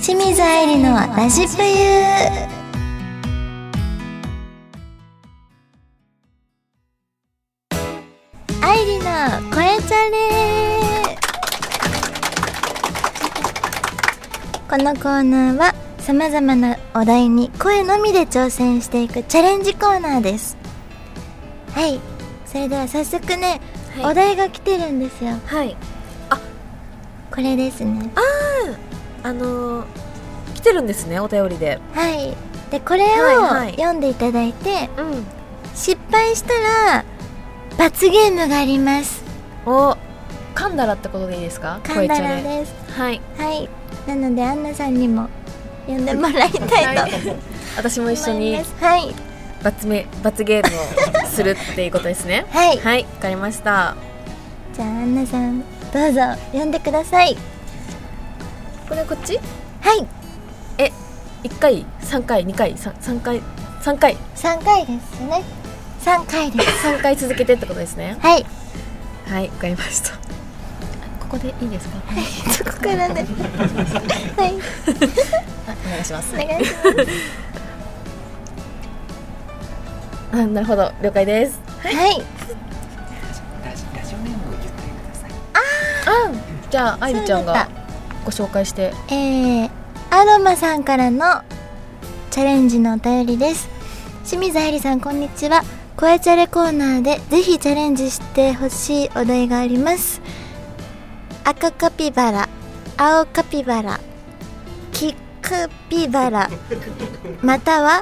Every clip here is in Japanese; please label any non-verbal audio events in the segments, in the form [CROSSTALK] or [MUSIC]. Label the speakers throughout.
Speaker 1: 清水愛理のラジプユー愛理の声チャレこのコーナーはさまざまなお題に声のみで挑戦していくチャレンジコーナーですはいそれでは早速ね、
Speaker 2: はい
Speaker 1: お題が来てるんですよ
Speaker 2: はい
Speaker 1: これですね
Speaker 2: あのー、来てるんですねお便りで
Speaker 1: はいでこれ
Speaker 2: はいは
Speaker 1: を
Speaker 2: い
Speaker 1: 読んでいただいて、
Speaker 2: うん
Speaker 1: 失敗したら罰ゲームがあります
Speaker 2: お噛んだらってことでいいですか
Speaker 1: カンダラ
Speaker 2: 声チャ
Speaker 1: です
Speaker 2: レはい
Speaker 1: はいなのでアンナさんにも呼んでもらいたいと
Speaker 2: 私も一緒
Speaker 1: 思い
Speaker 2: に
Speaker 1: ますはい
Speaker 2: 罰め罰ゲームをするっていうことですね
Speaker 1: [LAUGHS] はい
Speaker 2: はいわかりました
Speaker 1: じゃあアンナさんどうぞ呼んでください
Speaker 2: これこっち
Speaker 1: はい
Speaker 2: 1回3回2回 3, 3回3回
Speaker 1: 3回ですね3回です
Speaker 2: 3回続けてってことですね [LAUGHS]
Speaker 1: はい
Speaker 2: はいわかりましたここでいいですか
Speaker 1: そこからねはい
Speaker 2: あお願いします
Speaker 1: お願いします
Speaker 2: あなるほど了解です
Speaker 1: はい
Speaker 3: ラジラジオネームを言ってください。
Speaker 2: あじゃあ愛理ちゃんが
Speaker 1: そう
Speaker 2: ご紹介して
Speaker 1: えー、アロマさんからのチャレンジのお便りです清水愛理さんこんにちは声チャレコーナーでぜひチャレンジしてほしいお題があります赤カピバラ青カピバラ黄カピバラまたは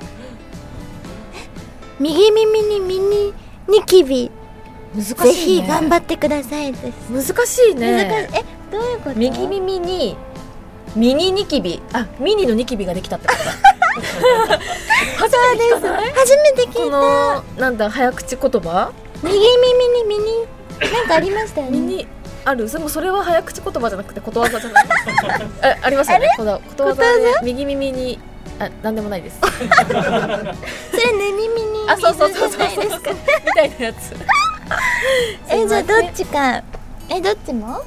Speaker 1: 右耳にミニニキビ、
Speaker 2: 難しい、
Speaker 1: ぜひ頑張ってくださいです、
Speaker 2: 難しいね
Speaker 1: 難しいえどういうこと
Speaker 2: 右耳にミニニキビあミニのニキビができたってこと [LAUGHS] だ初めて聞かない
Speaker 1: 初めて聞いた
Speaker 2: このなんだ早口言葉
Speaker 1: 右耳にミニなんかありましたよね
Speaker 2: ミニあるでもそれは早口言葉じゃなくてことわざじゃ [LAUGHS] ないあありますよねこのことわざで右耳にあなんでもないです
Speaker 1: それ寝耳に
Speaker 2: あそうそうそうそ
Speaker 1: 水じ
Speaker 2: うそ
Speaker 1: ゃ
Speaker 2: う
Speaker 1: ないです
Speaker 2: そうみたいなやつ
Speaker 1: えじゃあどっち
Speaker 2: ち
Speaker 1: かえどっちも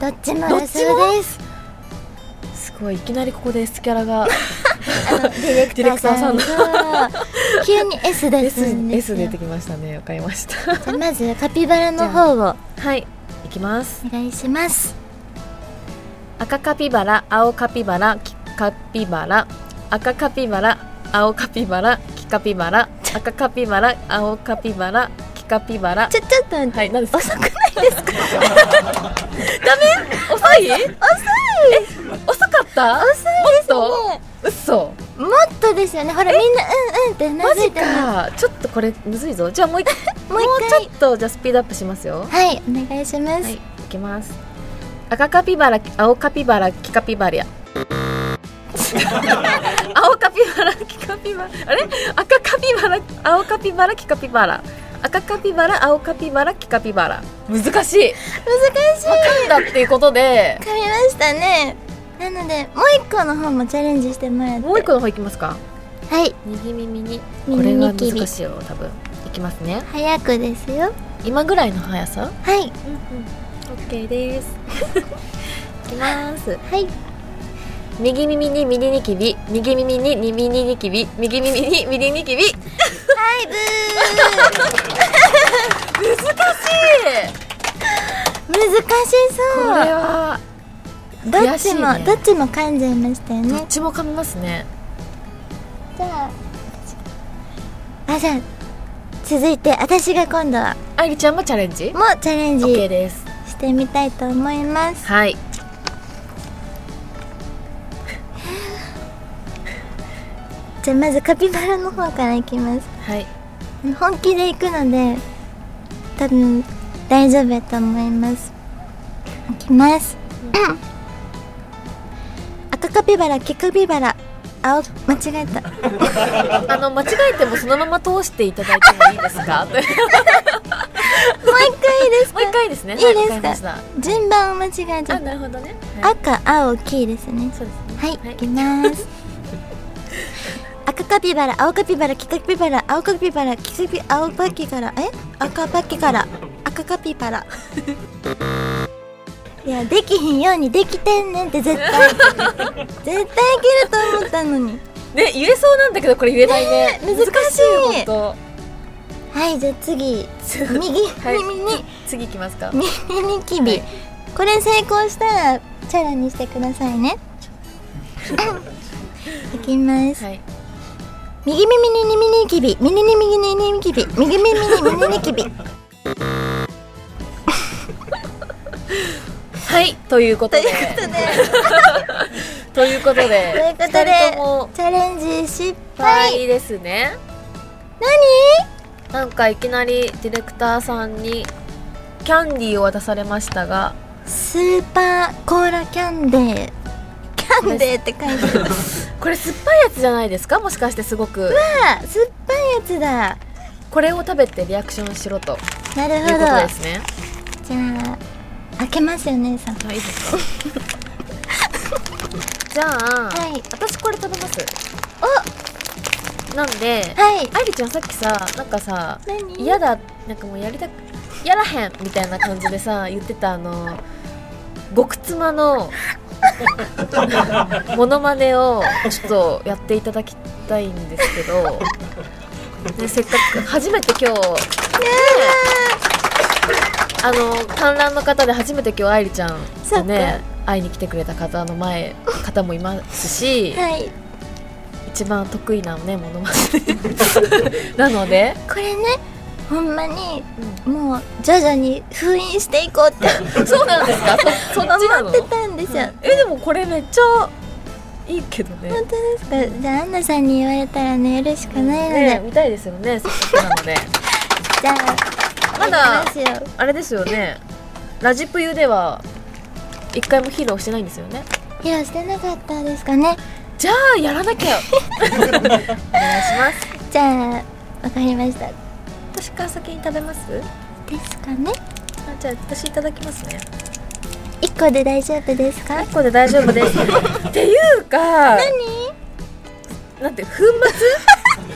Speaker 1: どっちも
Speaker 2: どっちも
Speaker 1: だそうです
Speaker 2: すごいいきなりここで S キャラが
Speaker 1: あのディレクターさん
Speaker 2: デ
Speaker 1: が急に S 出す
Speaker 2: S,
Speaker 1: んです
Speaker 2: S
Speaker 1: よ
Speaker 2: 出てきましたねわかりました
Speaker 1: じゃあまずカピバラの方を
Speaker 2: はいいきます
Speaker 1: お願いします
Speaker 2: 赤カピバラ青カピバラ黄カピバラ赤カピバラ青カピバラ黄カピバラ赤カピバラ青カピバラ黄カピバラ
Speaker 1: ちょちょっと待って、
Speaker 2: はい何ですか
Speaker 1: 遅くない
Speaker 2: [LAUGHS] 遅い遅い遅かった遅いですもっ
Speaker 1: ね
Speaker 2: と嘘
Speaker 1: もっとですよねほらみんなうんうんってうな
Speaker 2: マ
Speaker 1: ずい
Speaker 2: ジ
Speaker 1: てます
Speaker 2: かちょっとこれむずいぞじ [LAUGHS] ゃあもう一回
Speaker 1: もう一回
Speaker 2: ちょっとじゃあスピードアップしますよ
Speaker 1: はいお願いします、
Speaker 2: はい、いきます。赤カピバラ、青カピバラ、黄カピバリ [LAUGHS] ア。青カピバラ、黄カピバラ、あれ、赤カピバラ、青カピバラ、黄カピバラ。赤カピバラ、青カピバラ、黄カピバラ。難しい。
Speaker 1: 難しい
Speaker 2: わかんだっていうことで。
Speaker 1: 噛みましたねなのでもう一個の方もチャレンジしてもらって
Speaker 2: もう一個の方いきますか。
Speaker 1: はい
Speaker 2: 右耳に。こ
Speaker 1: 右
Speaker 2: れが
Speaker 1: ニキビ
Speaker 2: 難しいよ、多分。いきますね。
Speaker 1: 早くですよ
Speaker 2: 今ぐらいの速さ。
Speaker 1: はい
Speaker 2: うんうん。オッケーです。 [LAUGHS] いきます。
Speaker 1: はい
Speaker 2: 右耳にミニニキビ右耳にミニニキビ右耳にミニニキビ
Speaker 1: はい [LAUGHS] ブー難し
Speaker 2: これ
Speaker 1: そう
Speaker 2: は
Speaker 1: どっ
Speaker 2: 悔し
Speaker 1: ち
Speaker 2: い
Speaker 1: も、
Speaker 2: ね
Speaker 1: どっちも噛んじゃいましたよ
Speaker 2: ど
Speaker 1: ね
Speaker 2: っちも噛みますね
Speaker 1: じゃああじゃあ続いて私が今度は
Speaker 2: 愛理ちゃんもチャレンジ
Speaker 1: もうチャレン
Speaker 2: OK
Speaker 1: ジ
Speaker 2: です
Speaker 1: してみたいと思います
Speaker 2: はい
Speaker 1: じゃあまずカピバラの方からいきます
Speaker 2: はい
Speaker 1: 本気で行くので多分大丈夫やと思います行きます、赤カピバラ黄カピバラ青間違えた
Speaker 2: あの間違えてもそのまま通していただいてもいいです
Speaker 1: [LAUGHS]
Speaker 2: かも
Speaker 1: も
Speaker 2: う
Speaker 1: う一回いいです [LAUGHS] か
Speaker 2: 一回ですね
Speaker 1: いいですか
Speaker 2: はわりました
Speaker 1: 順番を間違えちゃ
Speaker 2: あ
Speaker 1: っ
Speaker 2: なるほどね
Speaker 1: た
Speaker 2: はい
Speaker 1: 赤青黄ですね
Speaker 2: そうですね
Speaker 1: はい、
Speaker 2: はい
Speaker 1: い、き
Speaker 2: [LAUGHS]
Speaker 1: ます赤カピバラ青カピバラ黄カピバラ青カピバラ黄カピ青パ
Speaker 2: [LAUGHS]
Speaker 1: ッキからえ赤パッキから赤カピバラいやできひんようにできてんねんって絶
Speaker 2: [LAUGHS]
Speaker 1: 対絶対いけると思ったのに
Speaker 2: ね言えそうなんだけどこれ言えないね
Speaker 1: ねえ難しい
Speaker 2: 難しい本
Speaker 1: はいじゃあ次
Speaker 2: 当
Speaker 1: 右
Speaker 2: はい
Speaker 1: 耳に
Speaker 2: 次行きますか
Speaker 1: 耳にきび、これ成功したらチャラにしてください
Speaker 2: [LAUGHS]
Speaker 1: ねいきます
Speaker 2: はい
Speaker 1: 右耳に耳にニキビ右に右に耳にニキビ右耳に耳にニキビ
Speaker 2: はいということでということで
Speaker 1: ということで
Speaker 2: 二人とも
Speaker 1: チャレンジ失敗
Speaker 2: 倍ですね
Speaker 1: 何
Speaker 2: なんかいきなりディレクターさんにキャンディーを渡されましたが
Speaker 1: スーパーコーラキャンデーキャンデーって [LAUGHS] 書いてます
Speaker 2: これ酸っぱいやつじゃないですかもしかしてすごく
Speaker 1: あ酸っぱいやつだ
Speaker 2: これを食べてリアクションしろと
Speaker 1: な
Speaker 2: いう
Speaker 1: る
Speaker 2: こ
Speaker 1: ほ
Speaker 2: とで
Speaker 1: ど
Speaker 2: すね
Speaker 1: じゃあ開けますよ姉さん
Speaker 2: あいいです
Speaker 1: [LAUGHS]
Speaker 2: かじゃあ、
Speaker 1: はい
Speaker 2: 私これ食べますなんで、
Speaker 1: はい
Speaker 2: 愛梨ちゃんさっきさなんかさ
Speaker 1: 何
Speaker 2: 嫌だなんかもうやりたくやらへんみたいな感じ
Speaker 1: [LAUGHS]
Speaker 2: でさ言ってたあの極妻のモノマネをちょっとやっていただきたいんですけど、ね、せっかく初めて今日、ねあの観覧の方で初めて今日愛梨ちゃん
Speaker 1: そ
Speaker 2: と
Speaker 1: っ
Speaker 2: ね
Speaker 1: か
Speaker 2: 会いに来てくれた方の前方もいますし、
Speaker 1: はい
Speaker 2: 一番得意なねモノマネ [LAUGHS] なので、
Speaker 1: これねほんまにもう徐々に封印していこう [LAUGHS] って
Speaker 2: そうなんですか [LAUGHS] そそっちな
Speaker 1: 思
Speaker 2: の
Speaker 1: ってたんですよ、
Speaker 2: えでもこれめっちゃいいけどね
Speaker 1: 本当ですかじゃあアンナさんに言われたらねやるしかないので、
Speaker 2: ね見たいですよねせっかくなので
Speaker 1: じゃあ
Speaker 2: ま
Speaker 1: い
Speaker 2: だ
Speaker 1: きますよ
Speaker 2: あれですよねラジプユでは一回も披露してないんですよね
Speaker 1: 披露してなかったですかね
Speaker 2: じゃあやらな [LAUGHS] きゃお願いします
Speaker 1: じゃあわかりましたで
Speaker 2: 私から先に食べます
Speaker 1: すかね
Speaker 2: あじゃあ私いただきますね
Speaker 1: 一個で大丈夫ですか
Speaker 2: 一個で大丈夫です [LAUGHS] っていうか
Speaker 1: 何
Speaker 2: なんて粉 [LAUGHS] 末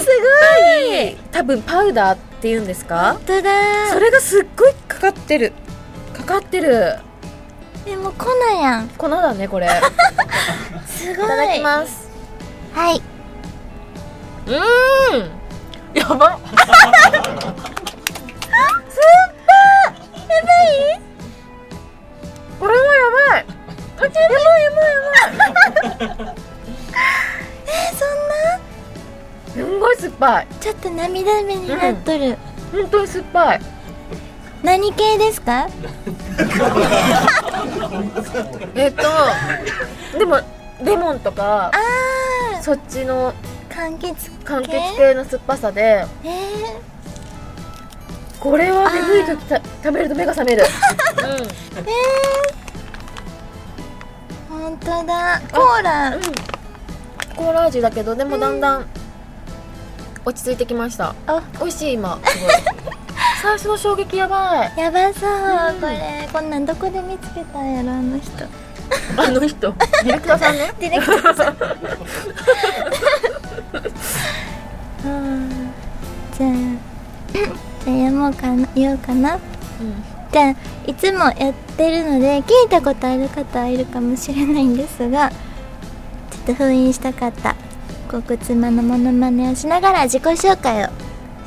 Speaker 2: すごい多分パウダーっていうんですか
Speaker 1: 本当
Speaker 2: [LAUGHS] そ
Speaker 1: だ
Speaker 2: れがすっごいかかってるかかってる
Speaker 1: でも粉やん
Speaker 2: 粉だねこれいた
Speaker 1: すごい
Speaker 2: だきます
Speaker 1: はいう
Speaker 2: ーんやば
Speaker 1: やばい
Speaker 2: これもやばい
Speaker 1: やばいやばいやばいえそんな
Speaker 2: [LAUGHS] すんごい酸っぱい
Speaker 1: ちょっと涙目になっとる、
Speaker 2: 本当に酸っぱい
Speaker 1: 何系ですか
Speaker 2: えっとでもレモンとか
Speaker 1: あー
Speaker 2: そっちの
Speaker 1: 柑橘系
Speaker 2: 柑橘系の酸っぱさで
Speaker 1: えー、
Speaker 2: これは眠い時た食べると目が覚める、うん
Speaker 1: えー、本当だコーラ
Speaker 2: うん、コーラ味だけどでもだんだん落ち着いてきました
Speaker 1: あ
Speaker 2: 美味しい [LAUGHS] 今すごい最初の衝撃やばい
Speaker 1: やばそう、
Speaker 2: うん
Speaker 1: これこんなんどこで見つけたんやろあの人
Speaker 2: あの人ディレクターさんね
Speaker 1: ディレクターさん [LAUGHS] うんじゃあじゃあやもうかな言おうかなじゃあいつもやってるので聞いたことある方はいるかもしれないんですがちょっと封印したかった極妻のモノマネをしながら自己紹介を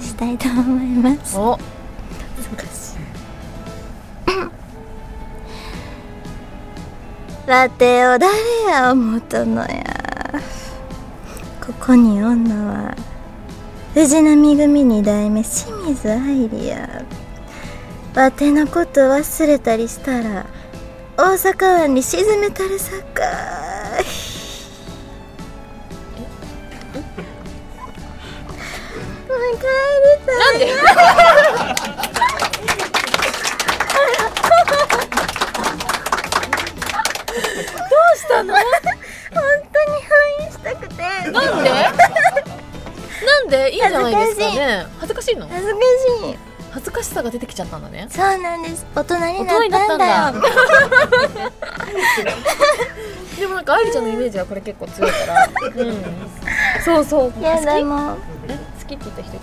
Speaker 1: したいと思います
Speaker 2: うん、 [LAUGHS] お
Speaker 1: ラテを誰や思ったのやここに女は藤波組二代目清水愛理やわてのこと忘れたりしたら大阪湾に沈めたるさかいもう帰りたい
Speaker 2: なんで
Speaker 1: たの [LAUGHS] 本当に封印したくて
Speaker 2: なんでなんでいいじゃないですかね恥ずかしいの
Speaker 1: 恥ずかしい
Speaker 2: 恥ずかしさが出てきちゃったんだね
Speaker 1: そうなんです大人にな
Speaker 2: 大人
Speaker 1: っ
Speaker 2: になった
Speaker 1: たん
Speaker 2: ん
Speaker 1: だよ
Speaker 2: だでもなんか愛理ちゃんのイメージはこれ結構強いから、 [LAUGHS] うん、そうそう好き
Speaker 1: やだもう
Speaker 2: え好きって言った人い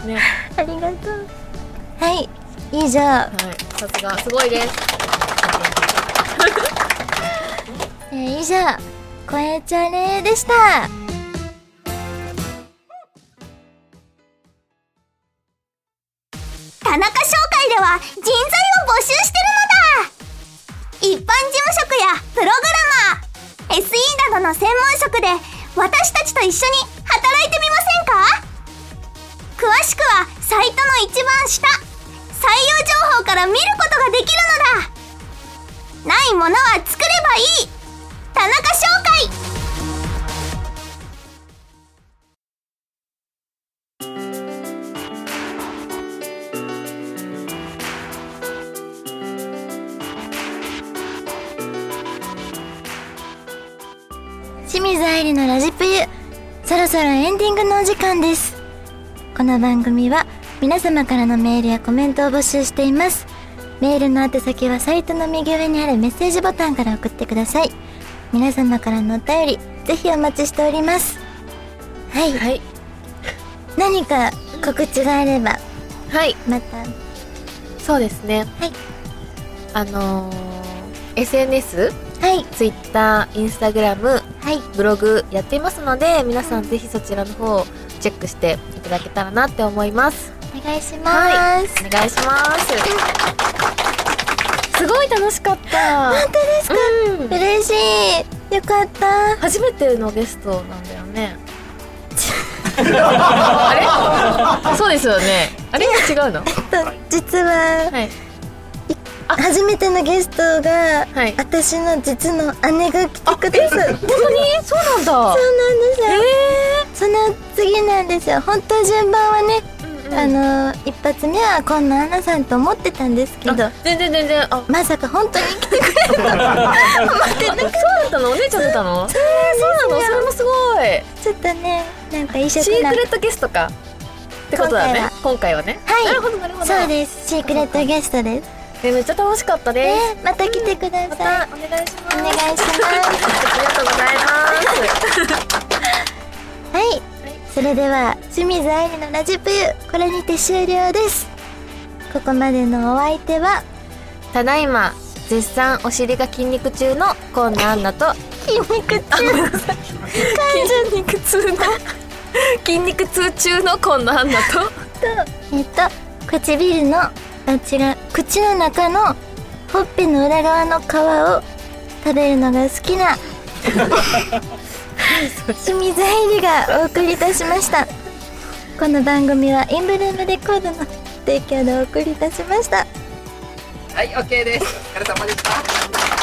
Speaker 2: た [LAUGHS] ね
Speaker 1: ありがとうはいいいじゃん
Speaker 2: い、さすがすごいです。
Speaker 1: えー以上「声チャレ」でした
Speaker 4: 田中商会では人材を募集してるのだ一般事務職やプログラマー SE などの専門職で私たちと一緒に働いてみませんか詳しくはサイトの一番下採用情報から見ることができるのだないものは作ればいい田中商会
Speaker 1: 清水愛理のラジプユそろそろエンディングのお時間ですこの番組は皆様からのメールやコメントを募集していますメールの宛先はサイトの右上にあるメッセージボタンから送ってください皆様からのお便りぜひお待ちしておりますはい、
Speaker 2: はい、
Speaker 1: 何か告知があれば
Speaker 2: はい、
Speaker 1: また
Speaker 2: そうですね。
Speaker 1: はい
Speaker 2: あのー SNS、
Speaker 1: はい
Speaker 2: Twitter、Instagram、
Speaker 1: はい
Speaker 2: ブログやっていますので、皆さんぜひそちらの方をチェックしていただけたらなって思います。
Speaker 1: お願いします、
Speaker 2: はい、お願いします。すごい楽しかった。
Speaker 1: 本当ですか、
Speaker 2: うん
Speaker 1: 嬉しいよかった
Speaker 2: 初めてのゲストなんだよね。 [LAUGHS] あれ？そうですよね。あれ違うの？
Speaker 1: えっと実は
Speaker 2: はい
Speaker 1: 初めてのゲストが、
Speaker 2: はい
Speaker 1: 私の実の姉が来てくださってそうなんで
Speaker 2: 本当に？そうなんだ。
Speaker 1: すよ、その次なんですよ本当は順番はね、あの一発目は今野アンナさんと思ってたんですけど
Speaker 2: あ全然全然あ
Speaker 1: まさか本当に来てくれ
Speaker 2: そうだったのお姉ちゃん出たのそうそうなのそれもすごい
Speaker 1: ちょっとねなんか一
Speaker 2: シ
Speaker 1: 緒
Speaker 2: ーク
Speaker 1: な
Speaker 2: レットゲストかってことだね今回はね
Speaker 1: はい
Speaker 2: なるほどなるほど
Speaker 1: そうですシークレットゲストです
Speaker 2: えめっちゃ楽しかったで
Speaker 1: ねまた来てくだ
Speaker 2: すま
Speaker 1: さい、
Speaker 2: たお願いします
Speaker 1: お願いします
Speaker 2: ありがとうございます
Speaker 1: はい、それでは清水愛理のラジプユこれにて終了ですここまでのお相手は
Speaker 2: ただいま絶賛お尻が筋肉中の今野アンナと
Speaker 1: 筋肉痛
Speaker 2: [LAUGHS] 筋肉痛の筋肉痛中の今野アンナと
Speaker 1: えっと唇のあ違う口の中のほっぺの裏側の皮を食べるのが好きな清水愛理がお送りいたしましたこの番組はインブルームレコードの提供でお送りいたしました
Speaker 3: はい、オッケーです。お疲れ様でした。